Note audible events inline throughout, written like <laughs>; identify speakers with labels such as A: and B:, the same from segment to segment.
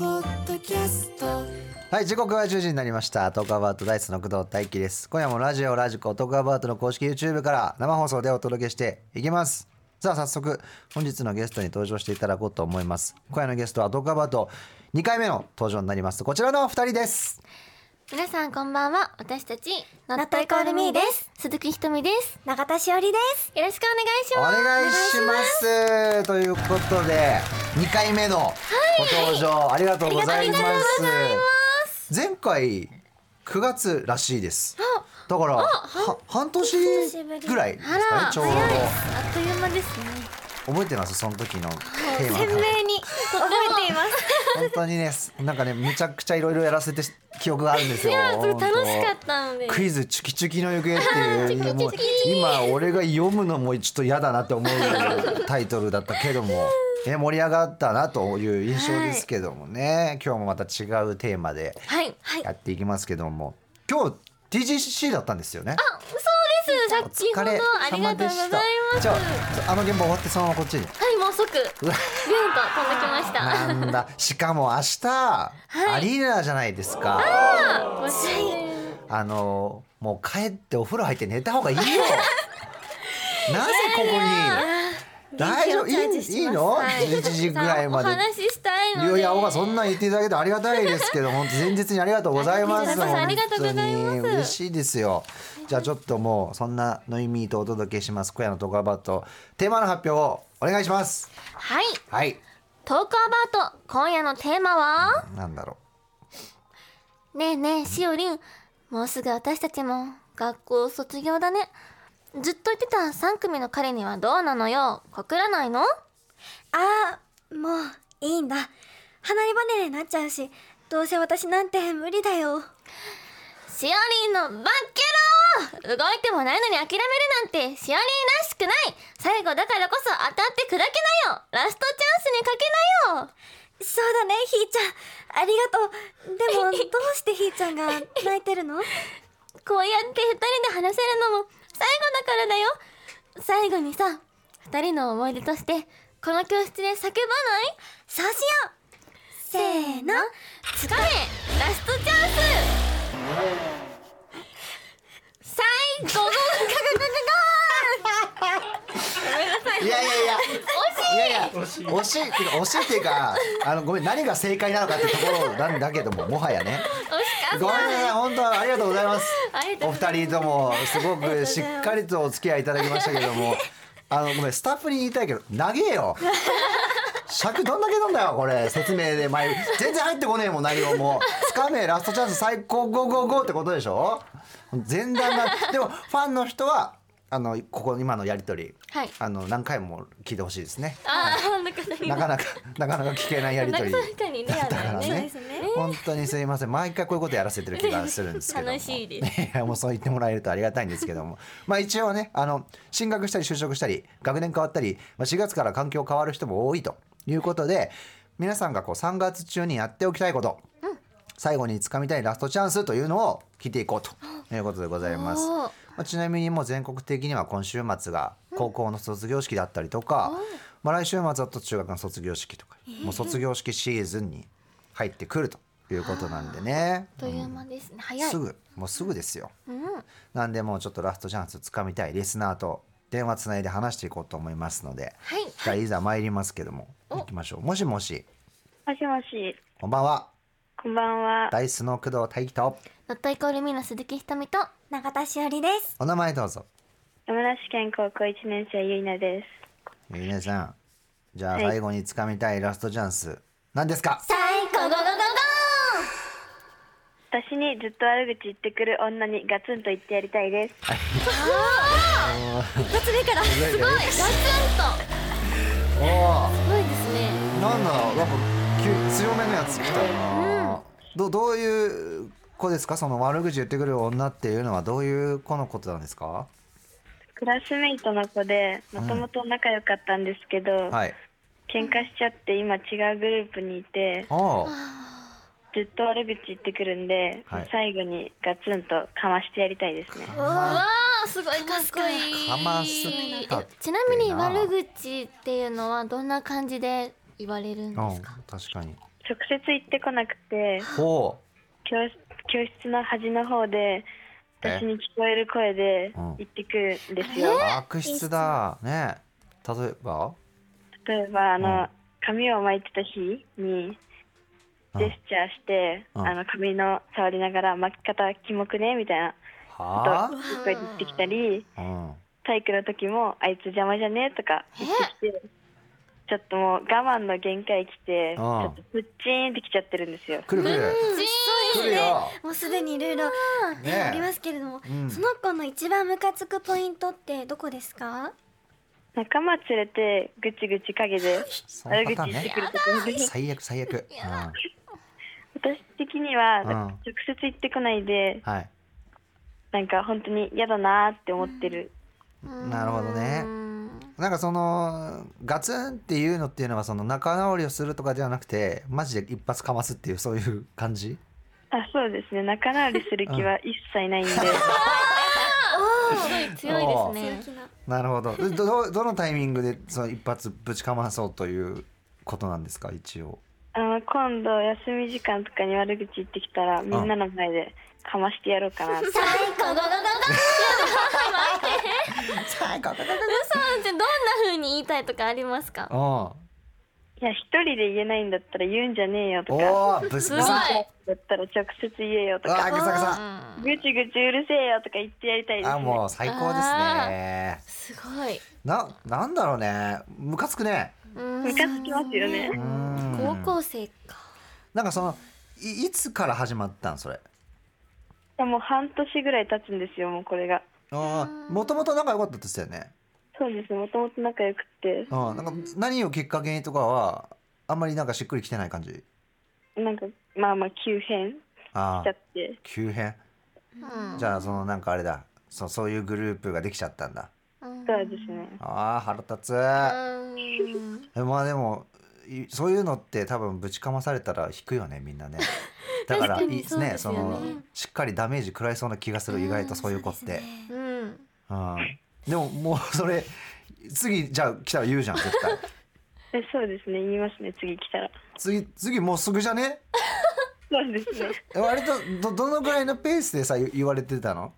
A: キャスト
B: はい時刻は10時になりましたトークアバートダイスの工藤大輝です今夜もラジオラジコトークアバートの公式 YouTube から生放送でお届けしていきますさあ早速本日のゲストに登場していただこうと思います今夜のゲストはトークアバート2回目の登場になりますこちらのお二人です
C: 皆さんこんばんは私たち
D: ノットイコールミーです
C: 鈴木ひとみです
D: 永田しおりです
C: よろしくお願いし
B: お
C: ます
B: 願いしますということで2回目のご登場ありがとうございます前回9月らしいですだからは半年ぐらいです
C: あ
B: からねちょうど
C: 早いですあっという間ですね
B: 覚えてますその時のテーマ
D: 鮮明
B: が
D: に覚えています
B: 本当にねなんかねむちゃくちゃいろいろやらせて記憶があるんですよ
C: いやすごい楽しかったので
B: 本当クイズ「チュキチュキの行方」っていうもう今俺が読むのもちょっと嫌だなって思うタイトルだったけど
C: <laughs>
B: も、ね、盛り上がったなという印象ですけどもね、今日もまた違うテーマで
C: はいはい
B: やっていきますけども今日 TGC だったんですよね。
C: そう
B: お
C: です先ほ
B: 疲
C: ど
B: れ
C: あり
B: 様
C: がとう
B: で
C: ござ
B: し
C: い
B: た
C: ます
B: じゃああの現場終わってそのままこっちに。
C: はいもう即ビュンと飛んできました
B: な
C: は
B: ん
C: <laughs>
B: だしかも明日、アリーナじゃないですか
C: い
B: あのもう帰ってお風呂入って寝た方
C: <laughs>
B: がいいよなぜここに大丈夫いいいいの、11時ぐらいま
C: お
B: で
C: 話ししたいの
B: い
C: で
B: やいやそんなん言っていただけてありがたいです
C: <laughs>
B: けど本当前日にありがとうございます
C: ありがとうございます
B: 本当に嬉しいですよじゃあちょっともうそんなノイミーとお届けします小屋のトカバットテーマの発表をお願いします
C: はい
B: はい
C: トークアバート今夜のテーマは
B: なんだろ
C: ねえねえしおりんもうすぐ私たちも学校卒業だねずっと言ってた3組の彼にはどうなのよ告らないの
D: あーもういいんだ離れ離れになっちゃうしどうせ私なんて無理だよ
C: しおりんのバッケロー動いてもないのに諦めるなんてしおりんらしくない最後だからこそ当たって砕けなよラストチャンスにかけなよ
D: そうだねひーちゃんあり
C: <laughs>
D: がとうでもどうしてひーちゃんが泣いてるの
C: こうやって二人で話せるのも最後だからだよ最後にさ二人の思い出としてこの教室で叫ばない
D: そうしようせーの
C: つかめラストチャンス最後の
B: ういやいやいやいやいや惜しいっていうか惜しいっていうかあのごめん何が正解なのかってところなんだけどももはやね
C: 惜し
B: ご
C: か
B: め
C: っ
B: んなさい <laughs> 本当ありがとうございます
C: たありがと
B: お
C: うござ
B: 二
C: い
B: 人ともすごくしっかりとお付き合いいただきましたけど
C: <laughs>
B: もあのごめんスタッフに言いたいけど長えよ尺どんだけなんだよこれ説明で前全然入ってこねえもん内容もつかめラストチャンス最高ゴーゴーゴーってことでしょ前段がでもファンの人はあのここ今のやり取り、
C: はい
B: あの何回も聞いてほしいですね
C: あーなんか何
B: なかなかなかなか聞けないやり
C: <laughs>
B: 取り
C: なんか確かにレアだよ
B: だから
C: ね
B: ね本当にすいません毎回こういうことやらせてる気がするんですけども
C: 楽しいです
B: い <laughs> やもうそう言ってもらえるとありがたいんですけども <laughs> まあ一応ねあの進学したり就職したり学年変わったり、まあ、4月から環境変わる人も多いということで皆さんがこう3月中にやっておきたいこと、最後に掴みたいラストチャンスというのを聞いていこうということでございます。
C: おー
B: まあ、ちなみにもう全国的には今週末が高校の卒業式だったりとか、まあ、来週末だと中学の卒業式とか、もう卒業式シーズンに入ってくるということなんでね、
C: あっという間ですね早い
B: すぐもうすぐですよ。
C: うん
B: なんでもうちょっとラストチャンスつかみたいリスナーと電話つないで話していこうと思いますので、
C: はい
B: じゃあいざ参りますけども行きましょう。もしもし
E: もしもし、
B: こんばんは
E: こんばんは。
B: ダイスの工藤大輝と
C: ノットイコールミーの鈴木ひとみと
D: 永田しおりです
B: お名前どうぞ。
E: 山梨県高校1年生ゆいなです。
B: ゆりなさんじゃあ
E: はい
B: 最後につかみたいラストチャンス何ですか
C: 最後ゴゴゴゴ
E: 私にずっと悪口言ってくる女にガツンと言ってやりたいです。
B: すごいお <laughs> お
C: ゴーガツンとすごいですね
B: なんだろうなんか急強めのやつ来たな、どどういう子ですかその悪口言ってくる女っていうのはどういう子のことなんですか
E: クラスメイトの子で、もともと仲良かったんですけど、
B: はい
E: 喧嘩しちゃって今違うグループにいて、
B: おー
E: ずっと悪口言ってくるんで、
B: はい
E: 最後にガツンとかましてやりたいですね。
C: うわーすごいかっこいい
B: かますか
C: え
B: っこいいな
C: ちなみに悪口っていうのはどんな感じで言われるんですか
B: うん確かに
E: 直接行ってこなくて
B: ほ
E: 教室教室の端の方で
B: え
E: 私に聞こえる声で
B: うん
E: 行ってくるんですよ
B: う。悪質だね例えば
E: 例えばあの、
B: うん
E: 髪を巻いてた日にジェスチャーして、
B: うん
E: あの髪の触りながら巻き方キモくねみたいな
B: は
E: ことを言ってきたり
B: あ、うん、
E: 体育の時もあいつ邪魔じゃねとか言ってきてちょっともう我慢の限界来て、
B: ん
E: ちょっとプッチーンってきちゃってるんですよ。
B: くるくる
D: そう
B: 来る
D: ですね
B: よ
D: もうすでにいろいろ
B: ね
D: ありますけれども、
B: うん
D: その子の一番ムカつくポイントってどこですか
E: 仲間連れてぐちぐち陰で
B: <laughs> その
E: 悪
B: パターン
E: 口言って
B: ね
E: くるとこです
B: 最悪最悪、
E: 私的には、
B: うん
E: 直接言ってこないで
B: うん、はい
E: なんか本当に嫌だなーって思ってる、
B: なるほどねなんかそのガツンっていうのっていうのはその仲直りをするとかではなくてマジで一発かますっていうそういう感じ
E: あそうですね仲直りする気は一
C: <laughs>
E: 切ないんで、
C: すごい強いですね
D: 強気な
B: なるほどどどどのタイミングでその一発ぶちかまそうということなんですか一応
E: あの今度休み時間とかに悪口言ってきたらみんなの前でかましてやろうか
B: <laughs>
E: なって、
C: 最高ゴゴゴゴ
B: 最高
C: <laughs> 嘘じゃどんな風に言いたいとかありますか
B: お
E: いや一人で言えないんだったら言うんじゃねえよとか
B: おーブス
C: す
B: ブ
C: ごい
B: ス
E: だったら直接言えよと
B: あ
E: か
B: ぐさぐさ
E: ぐちぐちうるせえよとか言ってやりたいです、ね、
B: あもう最高ですね
C: すごい
B: ななんだろうねムカつくね
E: ムカつきますよね
B: うん
C: 高校生か
B: なんかそのいいつから始まったんそれ
E: でもう半年ぐらい経つんですよもうこれが
B: もともと仲良かったですよね
E: そうですねもともと仲良くて
B: うんなんか何をきっかけにとかはあんまりなんかしっくりきてない感じ
E: なんかまあまあ急変し
B: あ
E: ち
B: あ
E: ゃって
B: 急変
C: うん
B: じゃあそのなんかあれだそそういうグループができちゃったんだ
E: そうですね
B: ああ腹立つ
C: うん
B: えまあでもいそういうのって多分ぶちかまされたら引くよねみん <laughs> なねだからいいですねそのしっかりダメージ食らいそうな気がする意外とそういう子って、
C: うん
B: うんでももうそ <laughs> れ次じゃあ来たら言うじゃん絶対 <laughs>
E: えそうですね言いますね次来たら
B: 次次もうすぐじゃね
E: そうですね
B: え割とどどのぐらいのペースでさ言言われてたの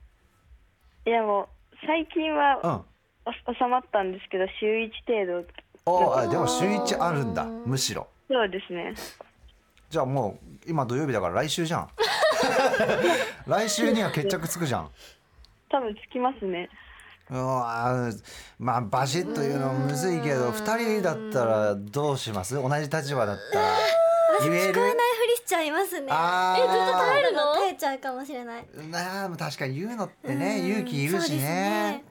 E: いやもう最近は
B: うん
E: お収まったんですけど週一程度
B: おあでも週一あるんだむしろ
E: そうですね
B: じゃあもう今土曜日だから来週じゃん <laughs> 来週には決着つくじゃん
E: 多分つきますね
B: うわーまあバシッと言うのむずいけど2人だったらどうします同じ立場だったら言える
D: 聞こえないふりしちゃいますね
B: あーえずっと耐
C: えるの
D: 耐えちゃうかもしれない
B: なあ確かに言うのってね
D: うん
B: 勇気いる
D: そう
B: し
D: です
B: ね
D: ね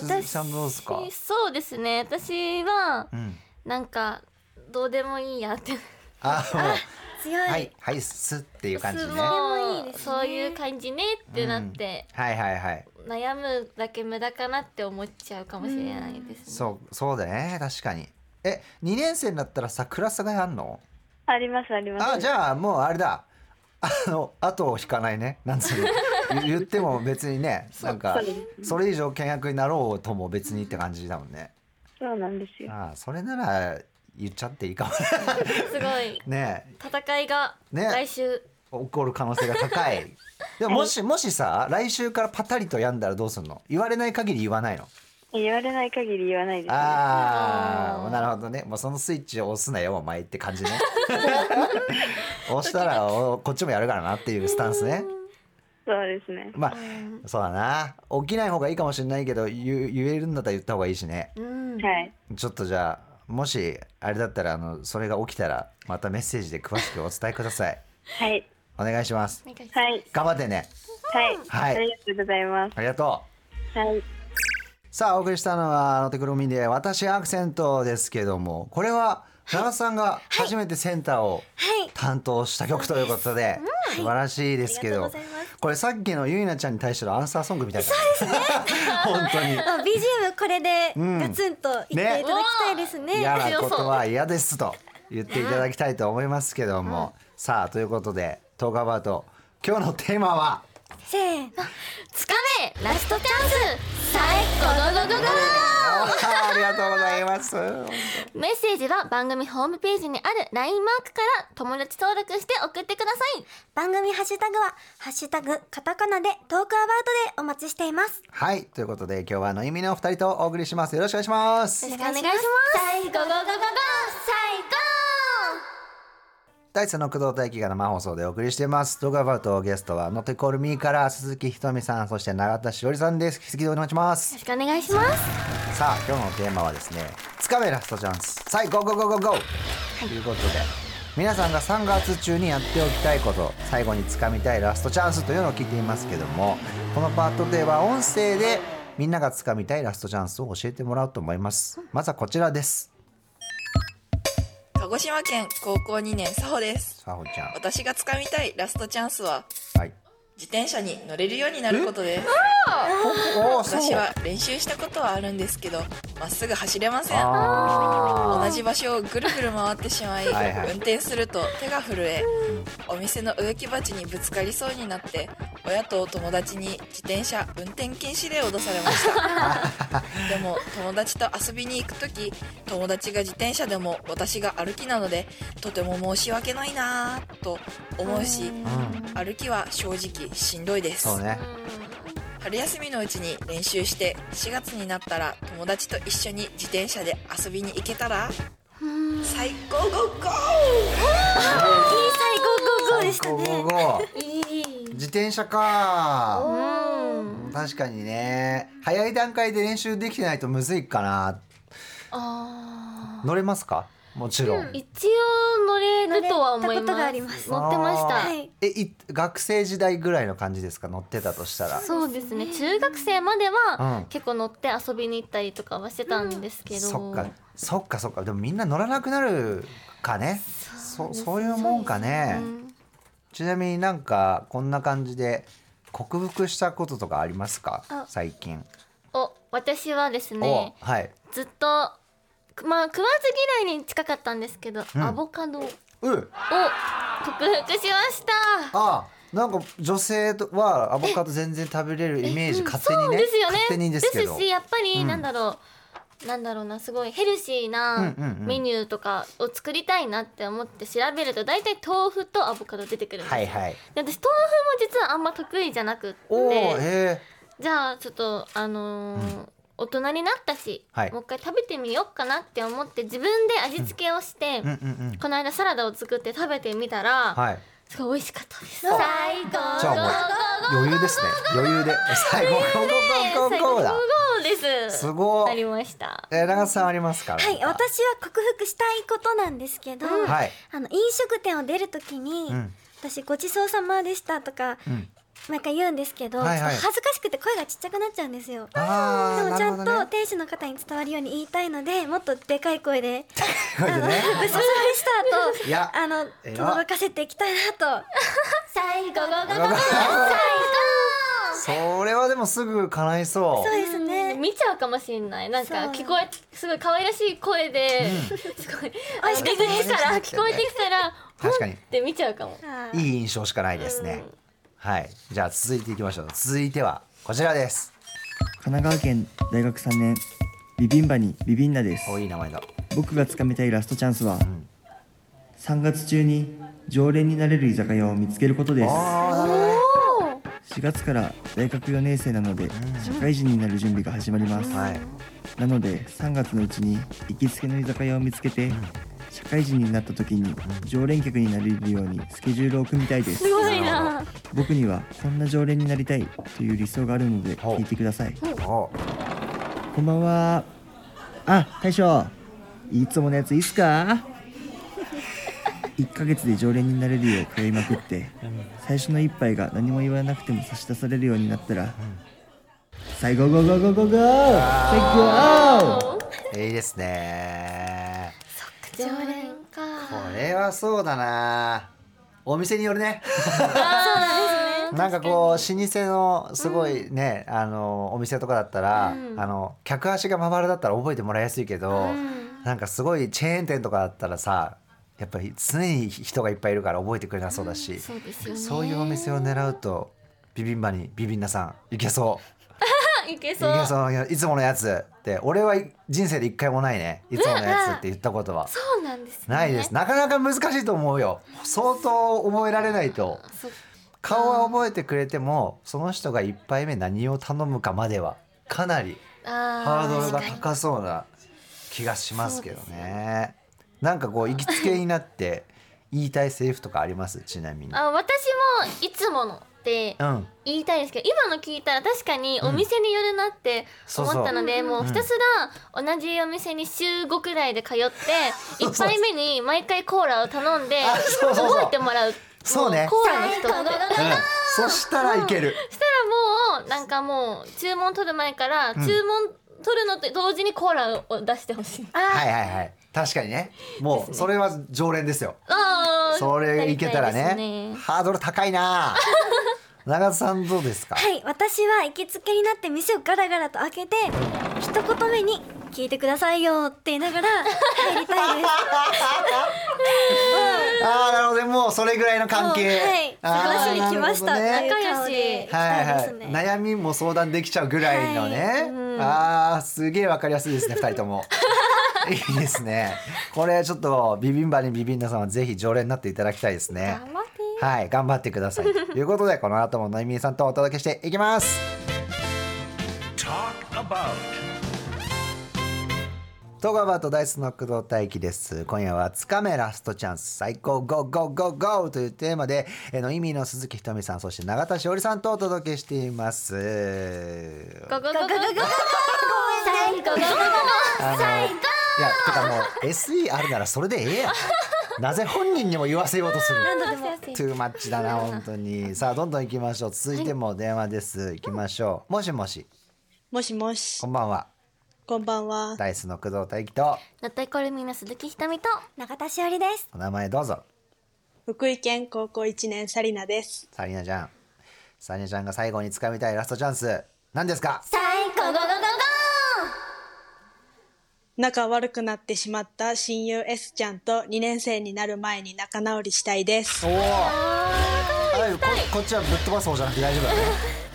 B: 鈴木さんどうですか
C: そうですね私は
B: うん
C: なんかどうでもいいやって
B: あもう
D: 強い、
B: はいはいすっていう感じね
C: も
B: は
D: もいいですね
C: そういう感じねってなって、
B: いはいはい
C: 悩むだけ無駄かなって思っちゃうかもしれないですね。
B: そうそうだね確かにえ2年生になったらさクラス替えあんの
E: ありますあります
B: あじゃあもうあれだあの後を引かないねなんつうの <laughs> 言言っても別にねなんか
E: そう
B: それ以上倹約になろうとも別にって感じだもんね
E: そうなんですよ
B: ああそれなら言っちゃっていいかも
C: すごい
B: ねえ
C: 戦いが
B: ね
C: 来週、
B: 起こる可能性が高いでももしもしさ来週からパタリと病んだらどうすんの言われない限り言わないの
E: 言われない限り言わないですね
B: あ
C: あ
B: あ
C: ー
B: なるほどねもうそのスイッチを押すなよお前って感じね押したらおこっちもやるからなっていうスタンスね
E: そうですね
B: まあそうだな起きない方がいいかもしれないけど言う言えるんだったら言った方がいいしね
C: うん、
E: はい
B: ちょっとじゃあもしあれだったらあのそれが起きたらまたメッセージで詳しくお伝えください
E: はい
B: お願いします
C: なんか
E: はい
B: 頑張ってね
E: はい、
B: はい
E: ありがとうございます
B: ありがとう
E: はい
B: さあお送りしたのは「あのテクロミで私アクセント」ですけどもこれは奈良さんが初めてセンターを
D: はい
B: 担当した曲ということで素晴らしいですけ
D: あ
B: ど
D: りがとうございます
B: これさっきのゆいなちゃんに対してのアンサーソングみたいな本当に
D: <laughs> まあ BGM これでガツンと言っていただきたいですね
B: 嫌なことは嫌ですと言っていただきたいと思いますけども、さあということでトークアバウト今日のテーマは
D: せーの
C: つかめラストチャンスさえゴゴゴゴゴ
B: あーありがとうございます。
C: メッセージは番組ホームページにある LINE マークから友達登録して送ってください
D: 番組ハッシュタグは「ハッシュタグカタカナ」で「トークアバウト」でお待ちしています
B: はい、ということで今日はのいみのお二人とお送りします。よろしくお願いします。
C: よろしくお願いします最後ゴゴゴゴゴ
B: 第3の工藤大輝が生放送でお送りしています。動画バウトゲストは、のてこるみーから鈴木ひとみさん、そして永田しおりさんです。引き続きお願いします。
C: 最高よろしくお願いします
B: さあ、今日のテーマはですね、つかめラストチャンス。最後、ゴーゴーゴーゴーゴーということで、皆さんが3月中にやっておきたいこと、最後につかみたいラストチャンスというのを聞いていますけども、このパートでは音声でみんながつかみたいラストチャンスを教えてもらおうと思います。まずはこちらです。
A: 鹿児島県高校2年佐保です
B: さほちゃん。
A: 私が掴みたいラストチャンスは
B: はい。
A: 自転車に乗れるようになることです
B: おお、
A: 私は練習したことはあるんですけどまっすぐ走れません
B: あ
A: 同じ場所をぐるぐる回ってしまい
B: はいはい
A: 運転すると手が震えお店の植木鉢にぶつかりそうになって親と友達に自転車運転禁止令を出されました
B: <laughs>
A: でも友達と遊びに行く時友達が自転車でも私が歩きなのでとても申し訳ないなぁと思うし
B: ー。うん。
A: 歩きは正直しんどいです
B: そうね。
A: 春休みのうちに練習して4月になったら友達と一緒に自転車で遊びに行けたら最高ゴーゴ
D: 最高高校でした
B: ゴーゴー
D: ね
B: ゴー
C: いい
B: 自転車か
C: うん
B: 確かにね早い段階で練習できてないとむずいかな
C: あ
B: 乗れますかもちろん、
C: ー一応乗れるとは思い
D: 乗れたことが
C: ま
D: あ
C: す
D: ります
C: 乗ってました、
B: あー
D: はい
B: えい学生時代ぐらいの感じですか乗ってたとしたら
C: そうですね中学生まで
B: うん
C: は結構乗って遊びに行ったりとかはしてたんですけど、
B: そっかそっかそっかでもみんな乗らなくなるかねそうそういうもんかね、
C: うん
B: ちなみになんかこんな感じで克服したこととかありますか
D: あ
B: 最近、
C: お私はです
B: お
C: ね
B: はい
C: ずっとまあ食わず嫌いに近かったんですけど、
B: うん
C: アボカドを
B: うん
C: 克服しました
B: あなんか女性とはアボカド全然食べれるイメージ勝手にね
C: ですよね
B: 勝手にですけど
C: しやっぱ
B: う
C: り
B: ん
C: なんだろう、なんだろうなすごいヘルシーな
B: うんうんうん
C: メニューとかを作りたいなって思って調べると大体豆腐とアボカド出てくるんです
B: は
C: よ、
B: いはい
C: で私豆腐も実はあんま得意じゃなくって
B: おおへえ
C: じゃあちょっとあのー大人になったし、
B: はい
C: もう一回食べてみようかなって思って自分で味付けをして、
B: うんうんうん
C: この間サラダを作って食べてみたら、
B: はい
C: すごい美味しかったです最高
B: じゃあもう余裕ですね余裕で最後ゴーゴーゴーゴーゴーだ
C: です
B: すご
C: なり
B: い
C: ました
B: えー長田さんありますか
D: はい私は克服したいことなんですけど、
B: はい
D: あの飲食店を出るときに、
B: うん
D: 私ごちそうさまでしたとか
B: うん
D: 毎回言うんですけど、
B: はいはい
D: ちょっと恥ずかしくて声がちっちゃくなっちゃうんですよ。
B: あ
D: で
B: あ
D: もち
B: な
D: ゃ
B: る
D: ん
B: ほ
D: と
B: どね
D: 店主の方に伝わるように言いたいのでもっとでかい声で
B: これでね
D: 「ごちそうさまでした」と
B: いや
D: あの
B: 偉い
D: 驚かせていきたいなと
C: 最高
B: それはでもすぐ叶いそ
D: そう
B: う
D: ですね
C: 見ちゃうかもしれないなんか
D: そう
C: 聞こえすごい可愛らしい声で、すごいあの
B: 美味しかったね
C: 出てきたら聞こえてきたら
B: 確かに
C: ほんって見ちゃうかも
D: あー
B: いい印象しかないですねはいじゃあ続いていきましょう続いてはこちらです
F: 神奈川県大学3年ビビンバにビビンナです
B: おいい名前だ
F: 僕がつかみたいラストチャンスは、3月中に常連になれる居酒屋を見つけることです
B: ああなるほどね
F: 4月から大学4年生なので社会人になる準備が始まります、
B: はい
F: なので3月のうちに行きつけの居酒屋を見つけて社会人になった時に常連客になれるようにスケジュールを組みたいです
C: すごいな
F: 僕にはこんな常連になりたいという理想があるので
B: ほう
F: 聞いてください
B: お
F: こんばんは。あ、大将。いつものやついいっすか ?1 ヶ月で常連になれるよう通いまくって、最初の一杯が何も言わなくても差し出されるようになったら、最後ゴーゴーゴーゴーゴー最高
B: いいですね
C: 常連
B: こ
C: か
B: れはそうだなお店によるね
C: あ
B: なんかこう老舗のすごいね、あのお店とかだったら、
C: うん
B: あの客足がまばらだったら覚えてもらいやすいけど、なんかすごいチェーン店とかだったらさやっぱり常に人がいっぱいいるから覚えてくれなそうだし、
C: ーそうですよね
B: そういうお店を狙うとビビンバにビビンナさんいけそ
C: <laughs> いけ
B: う
C: そう
B: いけそういやいつものやつって俺は人生で一回もないねいつものやつって言ったことは
C: そうなんですね
B: ないですなかなか難しいと思うよ相当覚えられないと
C: そっ
B: 顔は覚えてくれてもその人が一杯目何を頼むかまではかなりハ
C: ハ
B: ードルが高そうな気がしますけどね。なんかこう行きつけになって言いたいセリフとかありますちなみに。
C: あ私もいつものって
B: うん。
C: 言いたいんですけど今の聞いたら確かにお店によるなって
B: そう
C: 思
B: そう
C: ったので、もうひたすら同じお店に週5くらいで通って、一杯目に毎回コーラを頼んで
B: あそうそうそう
C: 覚えてもらう
B: そうね
C: もコーラの人ってそしたら
B: そしたらいける。
C: もうなんかもう注文取る前から注文取るのと同時にコーラを出してほしい、
B: はいはいはい。確かにね。もうそれは常連ですよ。
C: あー
B: それいけたら
C: やりい
B: ね。ハードル高い <laughs> な。長津さんどうですか。
D: はい私は行きつけになって店をガラガラと開けて一言目に「聞いてくださいよ」って言いながら入りたいです
B: ああなるほどねもうそれぐらいの関係。
D: はい
B: あー
D: 話に来ました
B: なるほどね
D: 仲良し
B: はい
D: 行きた
B: はい
D: で
B: い
D: すね、、
B: 悩みも相談できちゃうぐらいのね、あーすげえわかりやすいですね二人ともいいですねこれちょっとビビンバにビビンナさんはぜひ常連になっていただきたいですね
C: 頑張って
B: はい頑張ってくださいということでこの後ものいみさんとお届けしていきます
G: Talk about.
B: トガバーとダイスの工藤大輝です。今夜はつかめラストチャンス最高 GO!GO!GO!GO! というテーマで、えーの意味の鈴木ひとみさん、そして永田しおりさんとお届けしています。
C: ゴゴゴゴゴゴゴ最後ゴゴゴゴ
B: 最高いやてかもう SE あるならそれでええや <laughs> んなぜ本人にも言わせようとするの
C: すいません
B: トゥーマッチだな本当にさあどんどん行きましょう続いても電話です行きましょうもしもし
H: もしもし
B: こ、んばんは
H: こんばんは。
B: ダイスの工藤大輝と
C: ナタイコルミの鈴木ひとみと
D: 永田しおりです
B: お名前どうぞ
H: 福井県高校1年、サリナです。
B: サリナちゃんサリナちゃんが最後に掴みたいラストチャンス何ですか
C: 最高ゴゴゴゴ
H: 仲悪くなってしまった親友 S ちゃんと2年生になる前に仲直りしたいです。
B: おおここっちはぶっ飛ばす方じゃなくて大丈 <laughs> 夫だね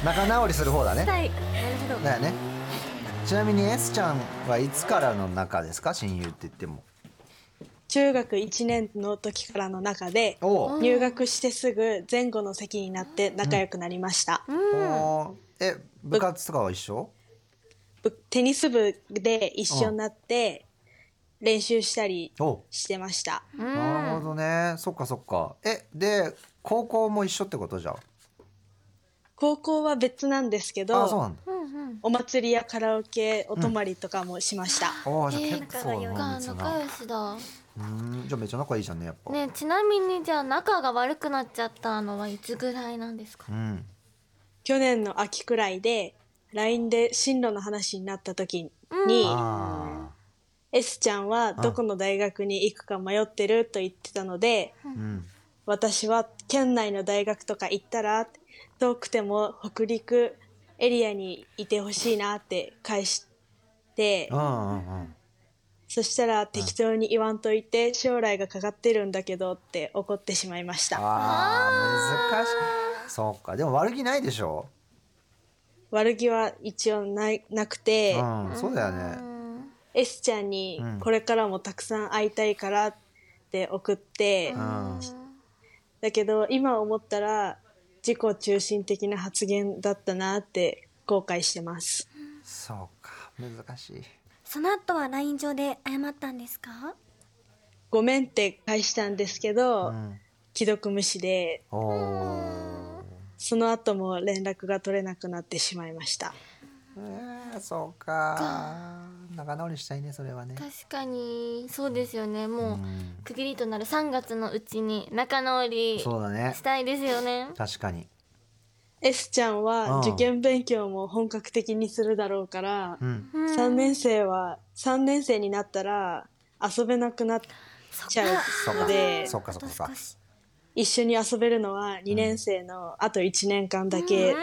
B: 仲直りする方だね
C: はいなるほど
B: だよねちなみに S ちゃんはいつからの仲ですか親友って言っても
H: 中学1年の時からの中で、
B: おう
H: 入学してすぐ前後の席になって仲良くなりました。
B: おうえ部活とかは一緒
H: ぶテニス部で一緒になって練習したり
B: お
H: してました。
B: なるほどねそっかそっかえで高校も一緒ってことじゃん
H: 高校は別なんですけ
B: あそう
H: ど、
B: なんだ
H: お祭りやカラオケ、お泊まりとかもしました。
B: おーじゃあ結構
C: そっ
B: な
C: か
B: んです
C: 仲
B: な
C: 良しだ
B: うんじゃあめっちゃ仲いいじゃんねやっぱ、
C: ねえちなみにじゃあ仲が悪くなっちゃったのはいつぐらいなんですか
B: うん
H: 去年の秋くらいで LINE で進路の話になった時に、
B: あ
H: S ちゃんはどこの大学に行くか迷ってると言ってたので、
B: ーうん
H: 私は県内の大学とか行ったら遠くても北陸エリアにいてほしいなって返して
B: うんうんうん
H: そしたら適当に言わんといて将来がかかってるんだけどって怒ってしまいました
B: あー難しいそっかでも悪気ないでしょ
H: 悪気は一応ないなくて、
B: うんそうだよね
H: S ちゃんに
B: うん
H: これからもたくさん会いたいからって送って、
B: うん
H: だけど今思ったら自己中心的な発言だったなって後悔してます
B: そうか難しい
D: その後は LINE 上で謝ったんですか
H: ごめんって返したんですけど、
B: うん
H: 既読無視で
B: おお
H: その後も連絡が取れなくなってしまいました
B: えーそうか仲直りしたいねそれはね
C: 確かにそうですよねもう、
B: ん
C: 区切りとなる3月のうちに仲直り
B: そうだね
C: したいですよね
B: 確かに
H: S ちゃ
B: う
H: ん
B: ん
H: は受験勉強も本格的にするだろうから、
B: うん
H: 3年生は3年生になったら遊べなくなっちゃ
B: そう
H: う
B: か
H: ので
B: そうかそうかそうか
H: 一緒に遊べるのは2年生のあと1年間だけ、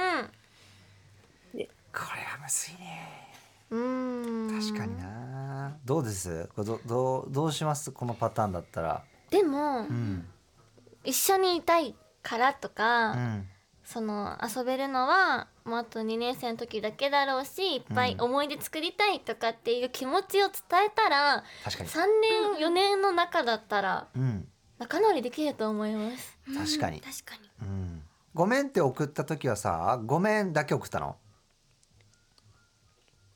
B: これはむずいね
C: うんうん
B: 確かになどうですこれどどうどうしますこのパターンだったら
C: でも、
B: うん
C: 一緒にいたいからとか、
B: うん
C: その遊べるのはもうあと2年生の時だけだろうしいっぱい思い出作りたいとかっていう気持ちを伝えたら、
B: 確かに
C: 3年4年の中だったら
B: うん
C: 仲直りできると思います。
B: 確かに、
D: 確かに
B: うん、ごめんって送った時はさごめんだけ送ったの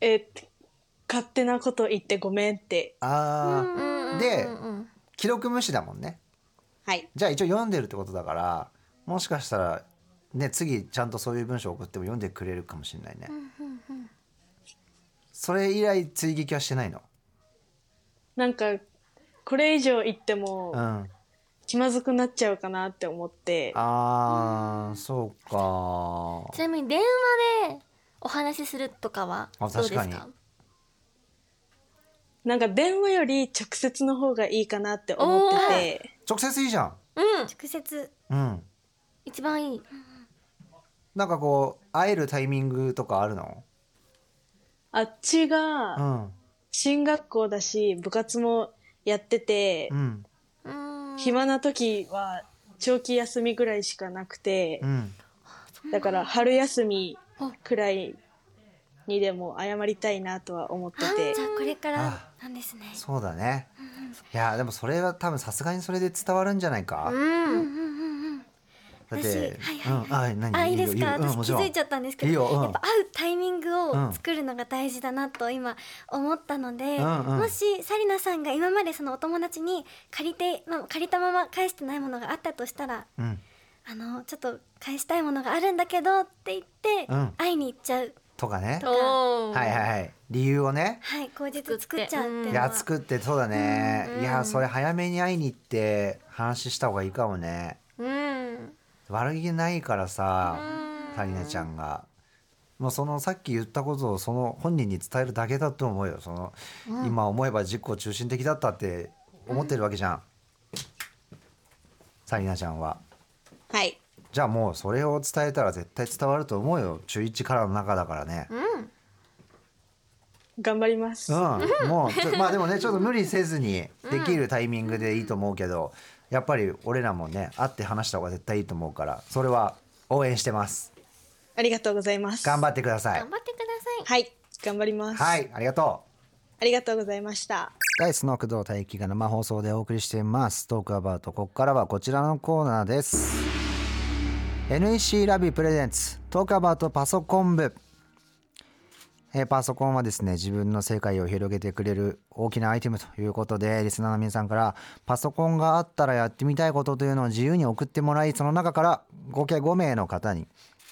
H: えー勝手なこと言ってごめんって。
B: あー、
C: うん
B: で
C: うんうん
B: 記録無視だもんね
H: はい。
B: じゃあ一応読んでるってことだからもしかしたらね次ちゃんとそういう文章送っても読んでくれるかもしれないね、それ以来追撃はしてないの
H: なんか、これ以上言っても
B: うんあ
H: 気まずくなっちゃうかなって思って、
B: あー、そうか
C: ちなみに電話でお話しするとかはど
B: あ
C: うですか
B: 確か
H: なんか電話より直接の方がいいかなって思ってて、
B: 直接いいじゃん
C: うん
D: 直接
B: うん
C: 一番いい
B: なんかこう会えるタイミングとかあるの
H: あっち
B: う
H: が
B: ん
H: 進学校だし、部活もやってて
B: う、ん
C: うん
H: 暇な時は長期休みぐらいしかなくて
B: う、ん
H: だから春休みくらいにでも謝りたいなとは思ってて
D: じゃ、あこれから
B: あ
D: なんですね
B: そうだねいやでもそれは多分さすがにそれで伝わるんじゃないか、
C: うん
B: だって
D: 私はいはい
B: うん、あ何
D: あいいです
B: よ
D: か
B: ようん
D: 私
B: も
D: 気
B: ちろん
D: づいちゃったんですけど
B: いいようん
D: やっぱ会うタイミング
B: うん
D: を作るのが大事だなと今思ったので、
B: うんうん
D: もし紗理奈さんが今までそのお友達に借りて、まあ、借りたまま返してないものがあったとしたら
B: うん、
D: あのちょっと返したいものがあるんだけどって言って、
B: うん
D: 会いに行っちゃう
B: とかね
C: おー
B: はいはいはい理由をね
D: はい口実作っちゃうっていう
B: い
D: のは
B: や作ってそうだね、いやそれ早めに会いに行って話した方がいいかもね
C: うん
B: 悪気ないからさ紗理奈ちゃんがもうそのさっき言ったことをその本人に伝えるだけだと思うよその、今思えば自己中心的だったって思ってるわけじゃん紗理奈ちゃんは
H: はい
B: じゃあもうそれを伝えたら絶対伝わると思うよ中1からの中だからね
H: 頑張ります、
B: うん、もうちょまあでもねちょっと無理せずにできるタイミングでいいと思うけど、やっぱり俺らもね会って話した方が絶対いいと思うからそれは応援してます
H: ありがとうございます
B: 頑張ってください
C: 頑張ってください
H: はい頑張ります、
B: はいありがとう
H: ありがとうございました
B: ダイスの工藤大輝が生放送でお送りしていますトークアバウトここからはこちらのコーナーです NEC ラビプレゼンツトークアバウトパソコン部えーパソコンはですね自分の世界を広げてくれる大きなアイテムということでリスナーの皆さんからパソコンがあったらやってみたいことというのを自由に送ってもらいその中から合計5名の方に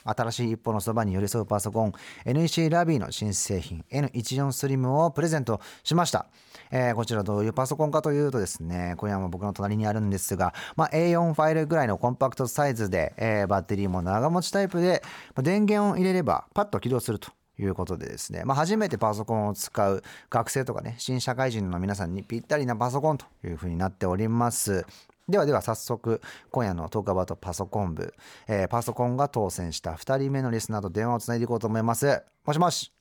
B: 新しい一歩のそばに寄り添うパソコン NEC ラビーの新製品 N14 スリムをプレゼントしました、えーこちらどういうパソコンかというとですねこれはもう僕の隣にあるんですが、まあ、A4 ファイルぐらいのコンパクトサイズで、えーバッテリーも長持ちタイプでまあ電源を入れればパッと起動するとということでですね、まあ、初めてパソコンを使う学生とかね新社会人の皆さんにぴったりなパソコンというふうになっておりますではでは早速今夜のトークアバートパソコン部、えーパソコンが当選した2人目のリスナーと電話をつないでいこうと思いますもしもし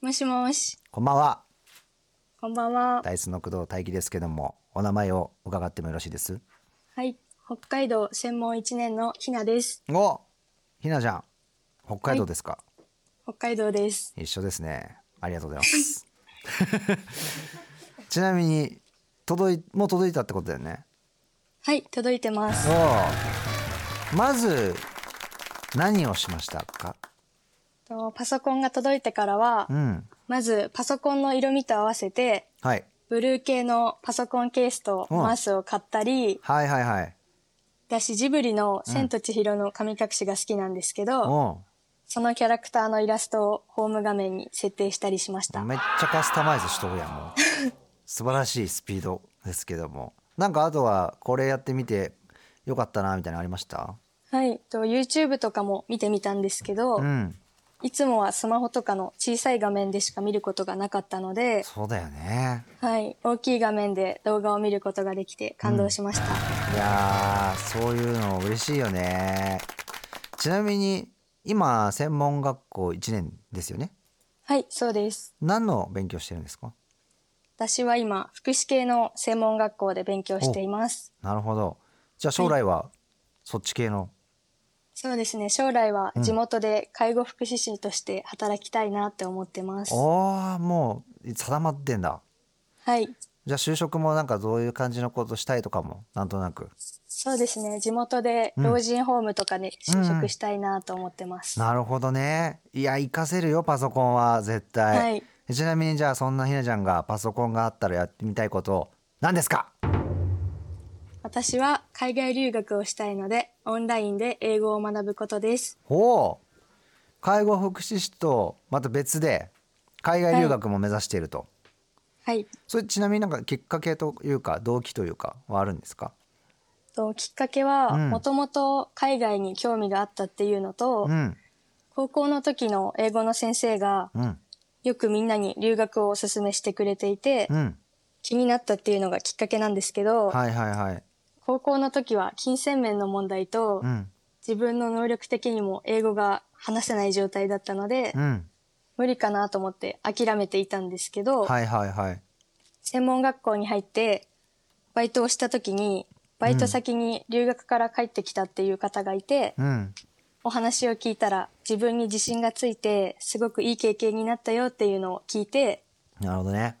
I: もしもし、
B: こんばんは
I: こんばんは。
B: ダイスの工藤大輝ですけどもお名前を伺ってもよろしいです
I: はい、北海道専門1年のひなです。
B: おひなちゃん北海道ですか、
I: 北海道です。
B: 一緒ですねありがとうございます <laughs> ちなみに届いもう届いたってことだよね
I: はい、届いてます。
B: そうまず何をしましたか
I: とパソコンが届いてからは
B: う、ん
I: まずパソコンの色味と合わせて、
B: はい
I: ブルー系のパソコンケースと
B: うん
I: マウスを買ったり、
B: はいはいはい
I: だしジブリの千と千尋の神隠しが好きなんですけど、
B: お
I: そのキャラクターのイラストをホーム画面に設定したりしまし
B: う
I: た。
B: めっちゃカスタマイズしとるやんもう素晴らしいスピードですけどもなんかあとはこれやってみてよかったなみたいなのありました
I: はい、と YouTube とかも見てみたんですけど、
B: うん
I: いつもはスマホとかの小さい画面でしか見ることがなかったので、
B: そうだよね
I: はい、大きい画面で動画を見ることができて感動しました。
B: いやーそういうの嬉しいよねちなみに今専門学校1年ですよね
I: はい、そうです。
B: 何の勉強してるんですか
I: 私は今、福祉系の専門学校で勉強しています。
B: なるほどじゃあ将来はそっち系の、
I: そうですね将来は地元で介護福祉士として働きたいなって思ってます、
B: ああもう定まってんだ
I: はい
B: じゃあ就職もなんかどういう感じのことしたいとかもなんとなく
I: そうですね地元で老人ホームとかに就職したいなと思ってます、
B: なるほどねいや活かせるよパソコンは絶対、
I: はい
B: ちなみにじゃあそんなひなちゃんがパソコンがあったらやってみたいこと何ですか
I: 私は海外留学をしたいのでオンラインで英語を学ぶことです
B: ほう介護福祉士とまた別で海外留学も目指していると、
I: はい
B: それちなみになんかきっかけというか動機というかはあるんですか
I: ときっかけは
B: うん
I: もともと海外に興味があったっていうのと、
B: うん
I: 高校の時の英語の先生が
B: うん
I: よくみんなに留学をおすすめしてくれていて、
B: うん
I: 気になったっていうのがきっかけなんですけど、
B: はいはいはい
I: 高校の時は金銭面の問題と、
B: うん
I: 自分の能力的にも英語が話せない状態だったので、
B: うん
I: 無理かなと思って諦めていたんですけど、
B: はいはいはい
I: 専門学校に入ってバイトをした時にバイト先に留学から帰ってきたっていう方がいて、
B: うん
I: お話を聞いたら自分に自信がついてすごくいい経験になったよっていうのを聞いて
B: なるほどね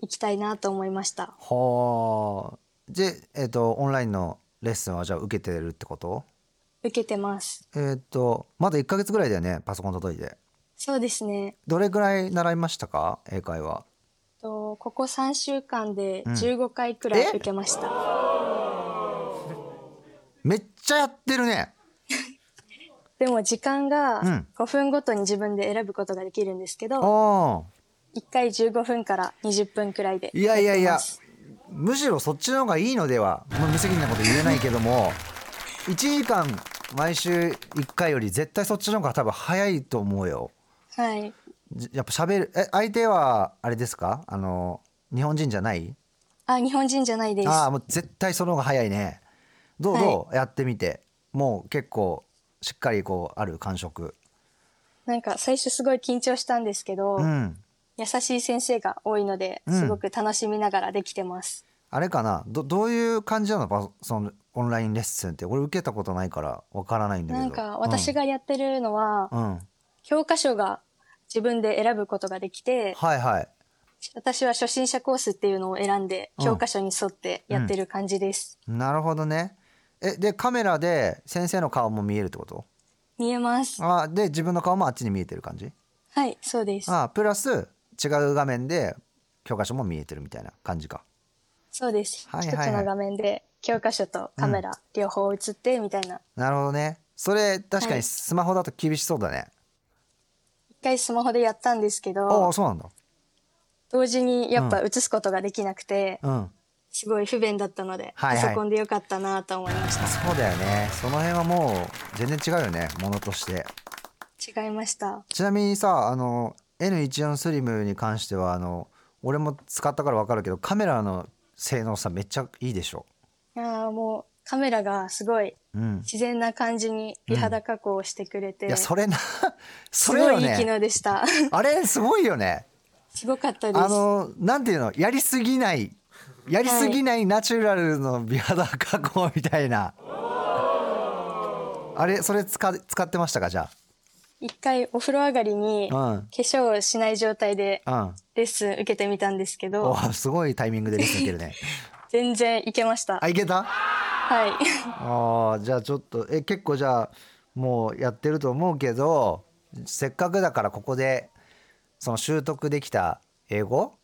I: 行きたいなと思いました
B: ほうでえっ、とオンラインのレッスンはじゃあ受けてるってこと
I: 受けてます
B: えっ、とまだ1ヶ月ぐらいだよねパソコン届いて
I: そうですね
B: どれぐらい習いましたか英会話
I: とここ3週間で
B: うん
I: 15回くらい
B: え
I: 受けました、
B: めっちゃやってるね
I: でも時間
B: う
I: が
B: ん
I: 5分ごとに自分で選ぶことができるんですけど、
B: おー
I: 1回15分から20分くらいで
B: いやいやいや
I: やってます
B: むしろそっちの方がいいのではもう無責任なこと言えないけども1時間毎週1回より絶対そっちの方が多分早いと思うよ
I: はい
B: じやっぱ喋るえ相手はあれですかあの日本人じゃない
I: あ日本人じゃないです
B: ああもう絶対その方が早いねどう、どうやってみてもう結構しっかりこうある感触
I: なんか最初すごい緊張したんですけど、
B: うん
I: 優しい先生が多いので
B: うん
I: すごく楽しみながらできてます、
B: あれかなどどういう感じなのパそのオンラインレッスンって俺受けたことないからわからないんだけど
I: なんか私、がやってるのは、
B: うんうん、
I: 教科書が自分で選ぶことができて
B: はいはい
I: 私は初心者コースっていうのを選んで
B: うん
I: 教科書に沿ってやってる感じです、
B: なるほどねえでカメラで先生の顔も見えるってこと
I: 見えます
B: あで自分の顔もあっちに見えてる感じ
I: はいそうです
B: あプラス違う画面で教科書も見えてるみたいな感じか
I: そうです、
B: はいはいはい
I: 一つの画面で教科書とカメラ、両方映ってみたいな
B: なるほどねそれ確か
I: は
B: に
I: い
B: スマホだと厳しそうだね、
I: 一回スマホでやったんですけ
B: あ
I: ど
B: あそうなんだ
I: 同時にやっぱ映すことができなくて、
B: うん
I: すごい不便だったので、
B: はいはい
I: パソコンでよかったなと思いまし
B: そうだよねその辺はもう全然違うよねものとして <laughs>
I: た違いました
B: ちなみにさあの N14 スリムに関してはあの俺も使ったから分かるけどカメラの性能さめっちゃいいでしょ
I: いやーもうカメラがすごい
B: うん
I: 自然な感じに美肌加工をしてくれて、
B: いやそれ <laughs> な
I: す
B: それ
I: ご
B: よ
I: いいい機能
B: ね
I: でした。 <laughs>
B: あれすごいよね
I: すごかったです。
B: あのなんていうのやりすぎないやりすぎないナチュラルの美肌加工みたい <laughs> な、あれそれ使使ってましたかじゃ
I: 一回お風呂上がりに
B: う
I: 化
B: ん
I: 粧をしない状態で
B: あうん
I: レッスン受けてみたんですけ
B: お
I: ど、
B: ーすごいタイミングでできてるね
I: 全然いけました。
B: あいけた
I: はい。
B: あーじゃあちょっとえ結構じゃあもうやってると思うけどせっかくだからここでその習得できた英語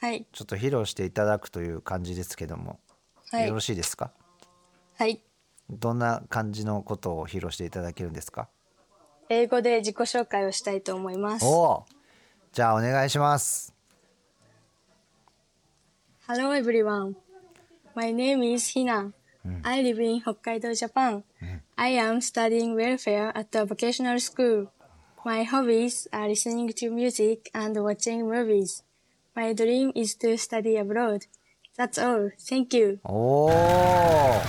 I: はい。
B: ちょっと披露していただくという感じですけども、
I: はい
B: よろ。しいですか
I: はい。
B: どんな感じのことを披露していただけるんですか
I: 英語で自己紹介をしたいと思います。
B: おーじゃあお願いします
I: Hello everyone. My name is Hina. I live in Hokkaido, Japan. I am studying welfare at a vocational school. My hobbies are listening to music and watching movies. My dream is to study abroad. That's all. Thank you.
B: おー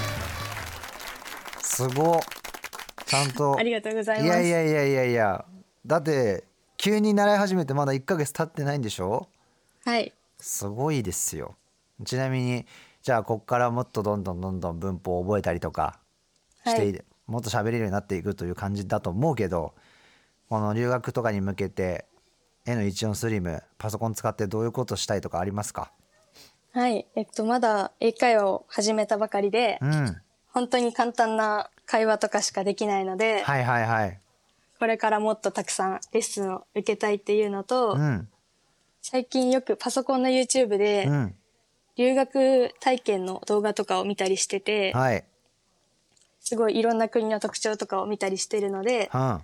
B: すごっちゃんと
I: ありがとうございます。
B: いやいやいやいやいやだって急に習い始めてまだ1ヶ月経ってないんでしょ
I: はい。
B: すごいですよちなみにじゃあこっからもっとどんどんどんどん文法を覚えたりとかしてい、
I: は
B: もっと喋れるようになっていくという感じだと思うけどこの留学とかに向けて N14 スリムパソコン使ってどういうことしたいとかありますか
I: はい。えっと、まだ英会話を始めたばかりで、
B: うんはい
I: 本当に簡単な会話とかしかできないので、
B: はいはい
I: これからもっとたくさんレッスンを受けたいっていうのと、
B: うん
I: 最近よくパソコンの YouTube で
B: う、ん
I: 留学体験の動画とかを見たりしてて、
B: はい
I: すごいいろんな国の特徴とかを見たりしてるので、
B: うん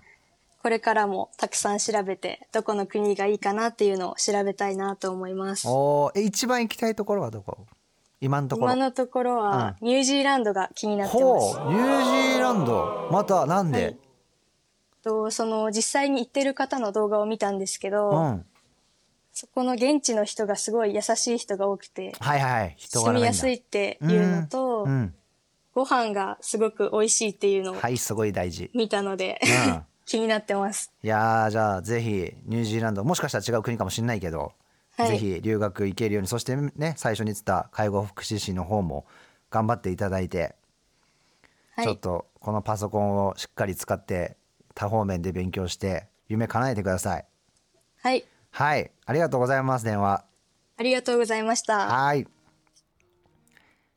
I: これからもたくさん調べて、どこの国がいいかなっていうのを調べたいなと思います。
B: おーえ一番行きたいところはどこ今のところ
I: 今のところは、ニュージーランドが気になってます。
B: ほうニュージーランドまたなんで、
I: とその実際に行ってる方の動画を見たんですけど、
B: うん
I: そこの現地の人がすごい優しい人が多くて、
B: はいはいはい人
I: 住
B: 柄がい
I: み
B: い
I: や
B: んだ
I: すいっていうのと、
B: うん
I: ご飯がすごく美味しいっていうのを
B: はいすごい大事
I: 見たので、
B: うん
I: <laughs> 気になってます。
B: いやーじゃあぜひニュージーランドもしかしたら違う国かもしれないけど、
I: はい
B: ぜひ留学行けるようにそしてね最初に言ってた介護福祉士の方も頑張っていただいて、
I: はい
B: ちょっとこのパソコンをしっかり使って多方面で勉強して夢叶えてください
I: はい。
B: はいありがとうございます電話
I: ありがとうございました。
B: はい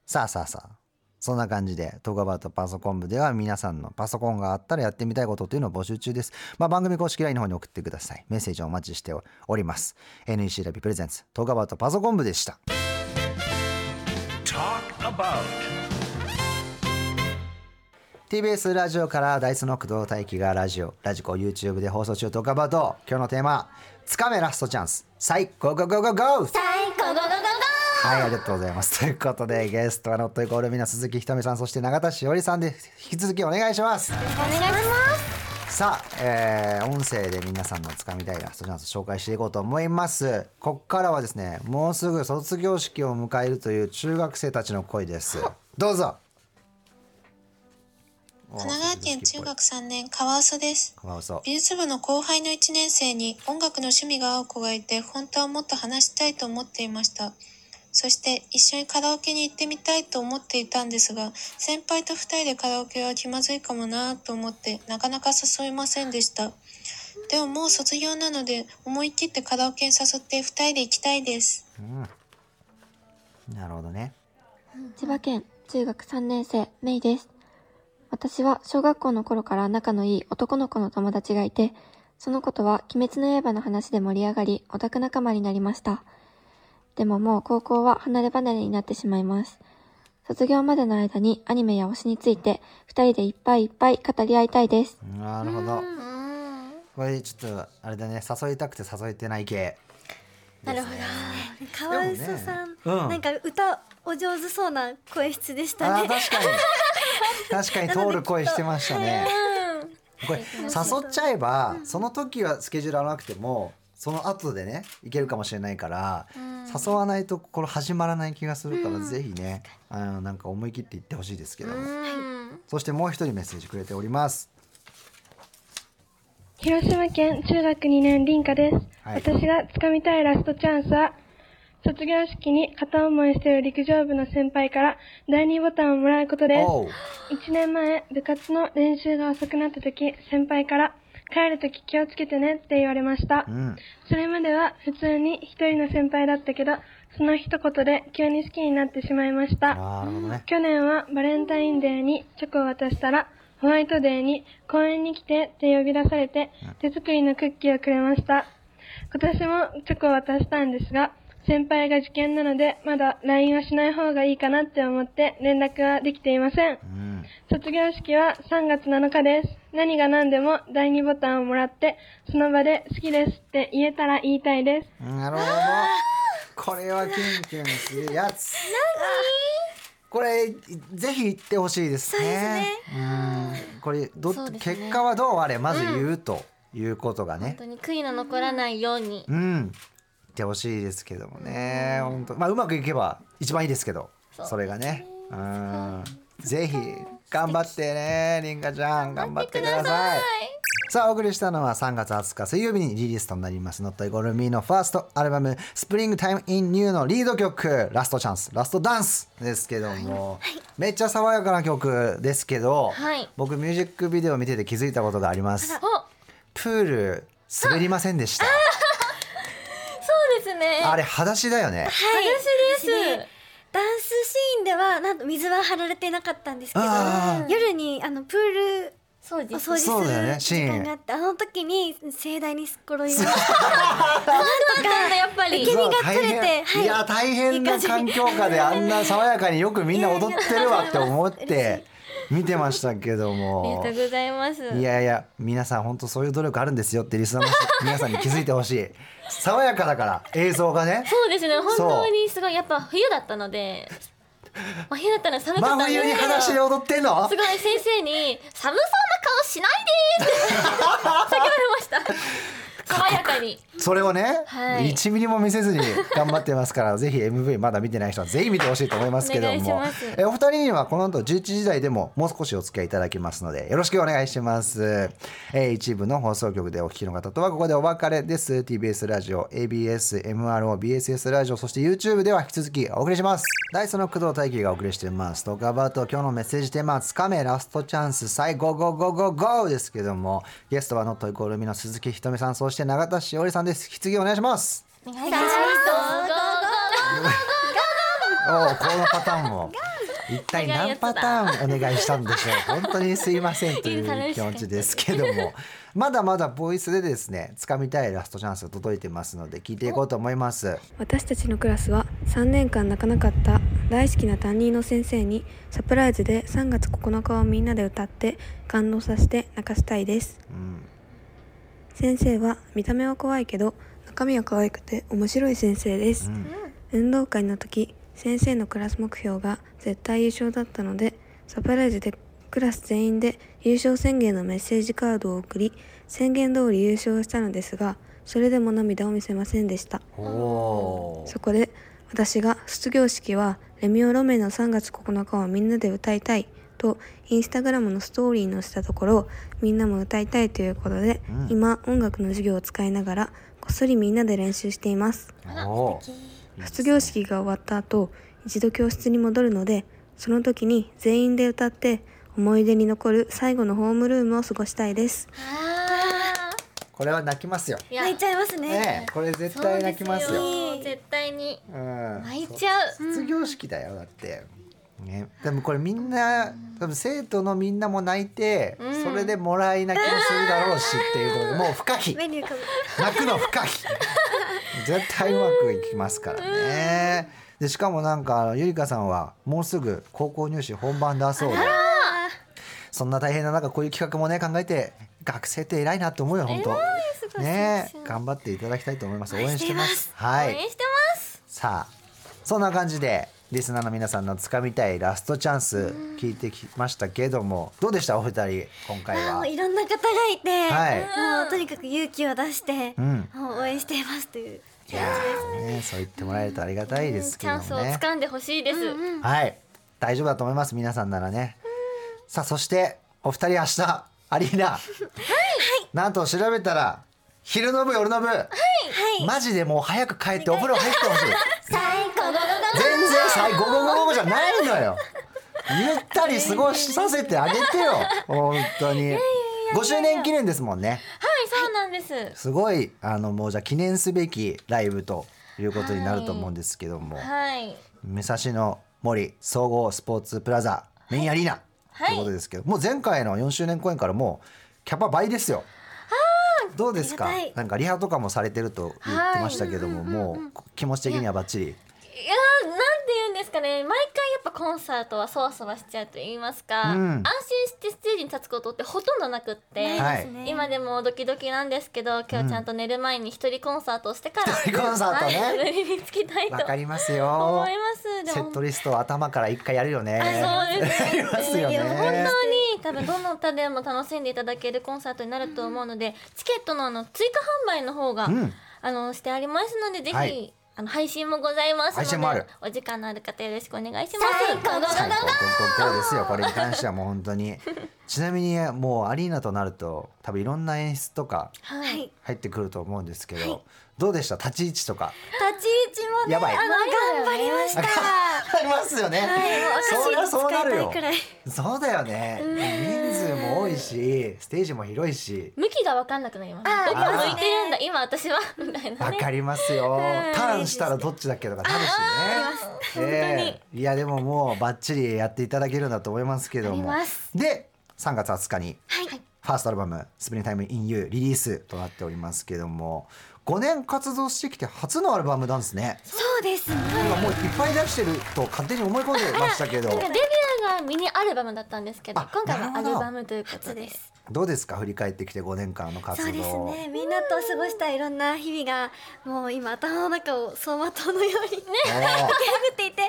B: さあさあさあそんな感じでトークアバウトパソコン部では皆さんのパソコンがあったらやってみたいことというのを募集中です、まあ、番組公式 LINE の方に送ってくださいメッセージをお待ちしております NEC ラビプレゼンツトークアバウトパソコン部でした
G: Talk about.
B: TBS ラジオからダイスの工藤大輝がラジオラジコ YouTube で放送中トークアバウト今日のテーマつかめラストチャンス最高ゴーゴーゴーゴー
C: 最高ゴゴゴゴ
B: はい、ありがとうございます。ということで、ゲストはノットイコールみな鈴木ひとみさん、そして永田しおりさんで、引き続きお願いします。
C: お願いします
B: さあ、えー音声で皆さんのつかみたいなストチャンス紹介していこうと思います。こっからはですね、もうすぐ卒業式を迎えるという中学生たちの声です。どうぞ。
J: 神奈川県中学3年カワウソです。
B: カワウソ。
J: 美術部の後輩の1年生に音楽の趣味が合う子がいて、本当はもっと話したいと思っていました。そして一緒にカラオケに行ってみたいと思っていたんですが、先輩と2人でカラオケは気まずいかもなぁと思って、なかなか誘いませんでした。でももう卒業なので、思い切ってカラオケに誘って2人で行きたいです。
B: なるほどね。
K: 千葉県中学3年生メイです私は小学校の頃から仲のいい男の子の友達がいてそのことは鬼滅の刃の話で盛り上がりオタク仲間になりましたでももう高校は離れ離れになってしまいます卒業までの間にアニメや推しについて2人でいっぱいいっぱい語り合いたいです
B: なるほど。これちょっと、あれだね、誘いたくて誘えてない系。
D: なるほどカワウソさん、
B: でもねうん
D: なんか歌お上手そうな声質でし
B: あ
D: たね
B: ー確かに確かに通る声してましたね。これ誘っちゃえばその時はスケジュール合わなくてもその後でねいけるかもしれないから誘わないとこれ始まらない気がするからぜひねあのなんか思い切っていってほしいですけどもそしてもう一人メッセージくれております。
L: 広島県中学2年林花です、
B: はい
L: 私がつかみたいラストチャンスは卒業式に片思いしてる陸上部の先輩から第2ボタンをもらうことで
B: おう
L: す1年前部活の練習が遅くなった時先輩から帰る時気をつけてねって言われました、
B: うん
L: それまでは普通に一人の先輩だったけどその一言で急に好きになってしまいました
B: なるほどね
L: 去年はバレンタインデーにチョコを渡したら、ホワイトデーに公園に来てって呼び出されて、手作りのクッキーをくれました。今年もチョコを渡したんですが、先輩が受験なので、まだ LINE はしない方がいいかなって思って連絡はできていません。卒業式は3月7日です。何が何でも第2ボタンをもらって、その場で好きですって言えたら言いたいです。
B: なるほど。これはキュンキュンするやつ。これぜひ言ってほしいですね。うんこれど、
C: そうですね
B: 結果はどうあれまず言うということがね
C: 本。当に悔いの残らないように
B: うん。言ってほしいですけどもね。本当まあうまくいけば一番いいですけど、
C: そう
B: それがね。うん。ぜひ頑張ってね、りんかちゃん頑張ってください。さあお送りしたのは3月20日水曜日にリリースとなります Not Gonna Be のファーストアルバム「Springtime in New」のリード曲「ラストチャンスラストダンス」ですけども、めっちゃ爽やかな曲ですけど、
C: はい
B: 僕ミュージックビデオ見てて気づいたことがあります
C: お
B: プール滑りませんでした
C: そうですね
B: あれ裸足だよね
D: はい
C: 私です
D: ねダンスシーンではなんと水は張られてなかったんですけど
B: あー
D: 夜にあのプール
C: 掃除
D: お掃除す
B: そうだよね
D: る
B: シー
D: 時
B: ン
D: 間があってあの時に盛大にすっ転
B: <laughs>
D: びました
C: そうなんだやっぱり
D: 受け身が
B: 大変
D: 取れてはい
B: いや大変な環境下であんな爽やかによくみんな踊ってるわって思
C: <laughs>
B: って見てましたけど
C: ありが
B: も
C: とうございます
B: いやいや皆さん本当そういう努力あるんですよってリスナーの皆
C: <laughs>
B: さんに気づいてほしい爽やかだから映像がね
C: そうですね本
B: そう
C: 当にすごいやっぱ冬だったので真冬だったので寒かったん
B: 真
C: ですけど
B: 冬に裸足で踊ってんの
C: すごい先生に「寒そうな顔しないで」って <laughs> 叫ばれました爽やかに
B: それをね、
C: はい
B: 1ミリも見せずに頑張ってますからぜひ MV まだ見てない人はぜひ見てほしいと思いますけど
C: お願いし
B: も
C: ます
B: えお二人にはこの後11時台でももう少しお付き合いいただきますのでよろしくお願いします、えー一部の放送局でお聞きの方とはここでお別れです TBS ラジオ ABSMROBSS ラジオそして YouTube では引き続きお送りしますダイソの工藤大輝がお送りしていますトークアバート今日のメッセージテーマはつかめラストチャンス最後ゴーゴーゴーゴーですけどもゲストはノットイコールミの鈴木ひとみさんそして永田しおりさんです引き継ぎお願いし
C: <laughs>
B: ます
C: お願いします
B: おーこのパターンも一体何パターンお願いしたんでしょう本当にすいませんという気持ちですけどもまだまだボイスでですね掴みたいラストチャンス届いてますので聞いていこうと思います
M: 私たちのクラスは3年間泣かなかった大好きな担任の先生にサプライズで3月9日をみんなで歌って感動させて泣かしたいです、先生は見た目は怖いけど中身は可愛くて面白い先生です、運動会の時先生のクラス目標が絶対優勝だったのでサプライズでクラス全員で優勝宣言のメッセージカードを送り宣言通り優勝したのですがそれでも涙を見せませんでしたそこで私が卒業式はレミオロメンの3月9日をみんなで歌いたいとインスタグラムのストーリーに載せたところみんなも歌いたいということで、
B: うん
M: 今音楽の授業を使いながらこっそりみんなで練習しています
B: おー
M: 卒業式が終わった後一度教室に戻るのでその時に全員で歌って思い出に残る最後のホームルームを過ごしたいです
B: これは泣きますよ
C: 泣いちゃいます
B: ねえこれ絶対泣きますよ
C: 絶対に
B: うん
C: 泣いちゃう
B: 卒業式だよだって、ね、でもこれみんな多分生徒のみんなも泣いて、
C: うん
B: それでもらい泣きもするだろうしっていうところでもう不可避
D: メニューかも
B: 泣くの不可避絶対うまくいきますからねでしかもなんかあのゆりかさんはもうすぐ高校入試本番だそうでそんな大変な中こういう企画もね考えて学生って偉いなと思うよ本
C: 偉い
B: 当ね頑張っていただきたいと思います応援してますは
C: 応
B: い
C: 援してます
B: さあそんな感じでリスナーの皆さんのつかみたいラストチャンス聞いてきましたけどもどうでしたお二人今回
D: も
B: は
D: ういろんな方がいて、
B: はい
D: もうとにかく勇気を出して、
B: うん
D: もう応援していますという
B: いやーねそう言ってもらえるとありがたいですけ
C: チ
B: ど
C: ャ
B: も
C: ンスを
B: ね
C: 掴んでほしいです
B: はい大丈夫だと思います皆さんならねさあそしてお二人明日アリーナなんと調べたら昼の部夜の部マジでもう早く帰ってお風呂入ってほしい
C: 最高
B: 全然最後午後午後じゃないのよゆったり過ごしさせてあげてよ本当に5周年記念ですもんね
C: はいそうなんです
B: すごいあのもうじゃあ記念すべきライブということになると思うんですけども、
C: はい
B: 武蔵野森総合スポーツプラザメインアリーナと
C: はい
B: いうことですけど、もう前回の4周年公演からもうキャパ倍ですよ。どうですか
C: ありがたい
B: なんかリハとかもされてると言ってましたけども、もう気持ち的にはバッチリ。
C: いやーなんて言うんですかね毎回やっぱコンサートはそわそわしちゃうと言いますか、
B: うん
C: 安心してステージに立つことってほとんどなくって、
B: ないですね
C: 今でもドキドキなんですけど今日ちゃんと寝る前に一人コンサートをしてから
B: 一人コンサートね
C: はいたどりにつきたいと
B: わかりますよ
C: 思い。ます
B: セ
C: で
B: ッ
C: も
B: トリストを頭から一回やるよね。
C: あそうですね
B: やりますよ
C: い
B: ね。
C: や本当に多分どの歌でも楽しんでいただけるコンサートになると思うのでチケットのあの追加販売の方が、
B: うん
C: あのしてありますのでぜひ、
B: はい
C: あの配信もございますので
B: 配信もある
C: お時間のある方よろしくお願いします
D: 最高
B: 最高最高ですよこれに関してはもう本当にちなみにもうアリーナとなると多分いろんな演出とか
C: はい
B: 入ってくると思うんですけど、どうでした立ち位置とか
D: 立ち位置もね
B: やばい
D: あの頑張りました
B: ありますよね、
D: はいもうお菓子
B: そり
D: に
B: ゃそうない
D: 使
B: る
D: たい
B: よ
D: くらい
B: そうだよね
C: うん
B: 人数も多いしステージも広いし
C: 向きが分かんなくなりますどこ向いてるんだ今私は <laughs> みたいな
B: わ
C: ね
B: かりますよ
C: うん
B: ターンしたらどっちだっけとかなるしねええいやでももうバッチリやっていただけるんだと思いますけど
C: あり
B: も
C: ます
B: で3月20日に
C: はい
B: ファーストアルバム「スプリングタイム・イン・ユー」リリースとなっておりますけども5年活動してきて初のアルバムなんですね
D: そうですね
B: なんかもういっぱい出してると勝手に思い込んでましたけ
C: なん
B: ど
C: かデビューがミニアルバムだったんですけど今回はアルバムということです
B: どうですか振り返ってきて5年間の活動
D: そうですねみんなと過ごしたいろんな日々がもう今頭の中を走馬灯のようにね
B: おー
D: <laughs> 駆け巡っていてね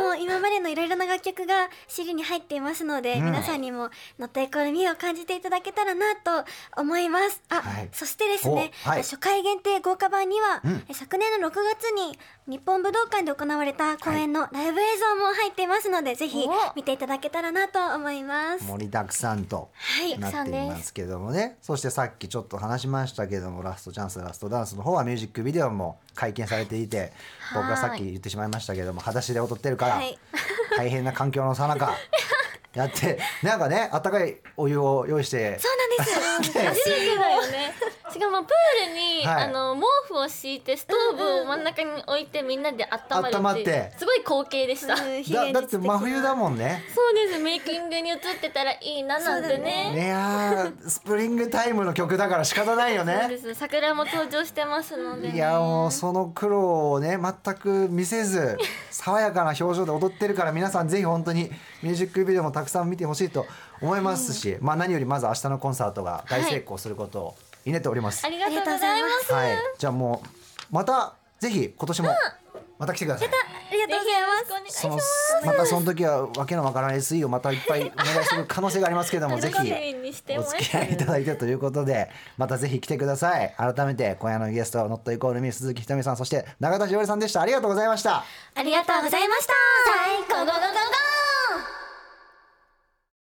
D: もう今までのいろいろな楽曲が尻に入っていますので、
B: うん
D: 皆さんにも乗ってこるみを感じていただけたらなと思いますあ、
B: はい
D: そしてですね、
B: おはい
D: 初回限定豪華版には、
B: うん
D: え昨年の6月に日本武道館で行われた公演のライブ映像も入っていますので、ぜひ見ていただけたらなと思います
B: 盛りだくさんと
D: はい
B: なっていますけどもねそしてさっきちょっと話しましたけども「ラストチャンスラストダンス」の方はミュージックビデオも解禁されていて
D: はい
B: 僕がさっき言ってしまいましたけども裸足で踊ってるから
D: はい
B: 大変な環境のさな
D: <laughs>
B: かやってなんかねあったかいお湯を用意して
D: そうなん
B: <laughs>
D: ですよ
C: 暑いぐらいよねしかもプールに、
B: はい
C: あの毛布を敷いてストーブを真ん中に置いてみんなで温まる
B: 温まっ
C: っていう
B: て
C: すごい光景でした、 <laughs>
B: だだって真冬だもんね。
C: そうですメイキングに映ってたらいいななんてね
B: いやースプリングタイムの曲だから仕方ないよ
C: そう
B: ね
C: で。す桜も登場してますので、
B: いやもうその苦労をね全く見せ
C: <laughs>
B: ず爽やかな表情で踊ってるから皆さんぜひ本当にミュージックビデオもたくさん見てほしいと思いますし、まあ何よりまず明日のコンサートが大成功することを祈っております。
C: ありがとうございます
B: はい、じゃあもうまたぜひ今年もまた来てください。
D: ありがとうございます
B: そのまたその時はわけのわからない SE をまたいっぱいお願いする可能性がありますけどもぜひ
C: 楽しみにして
B: お
C: ます
B: 付き合いいただいてということでまたぜひ来てください改めて今夜のゲストはノットイコールミー鈴木ひとみさんそして永田しおりさんでしたありがとうございました
C: ありがとうございました最高ゴーゴーゴーゴー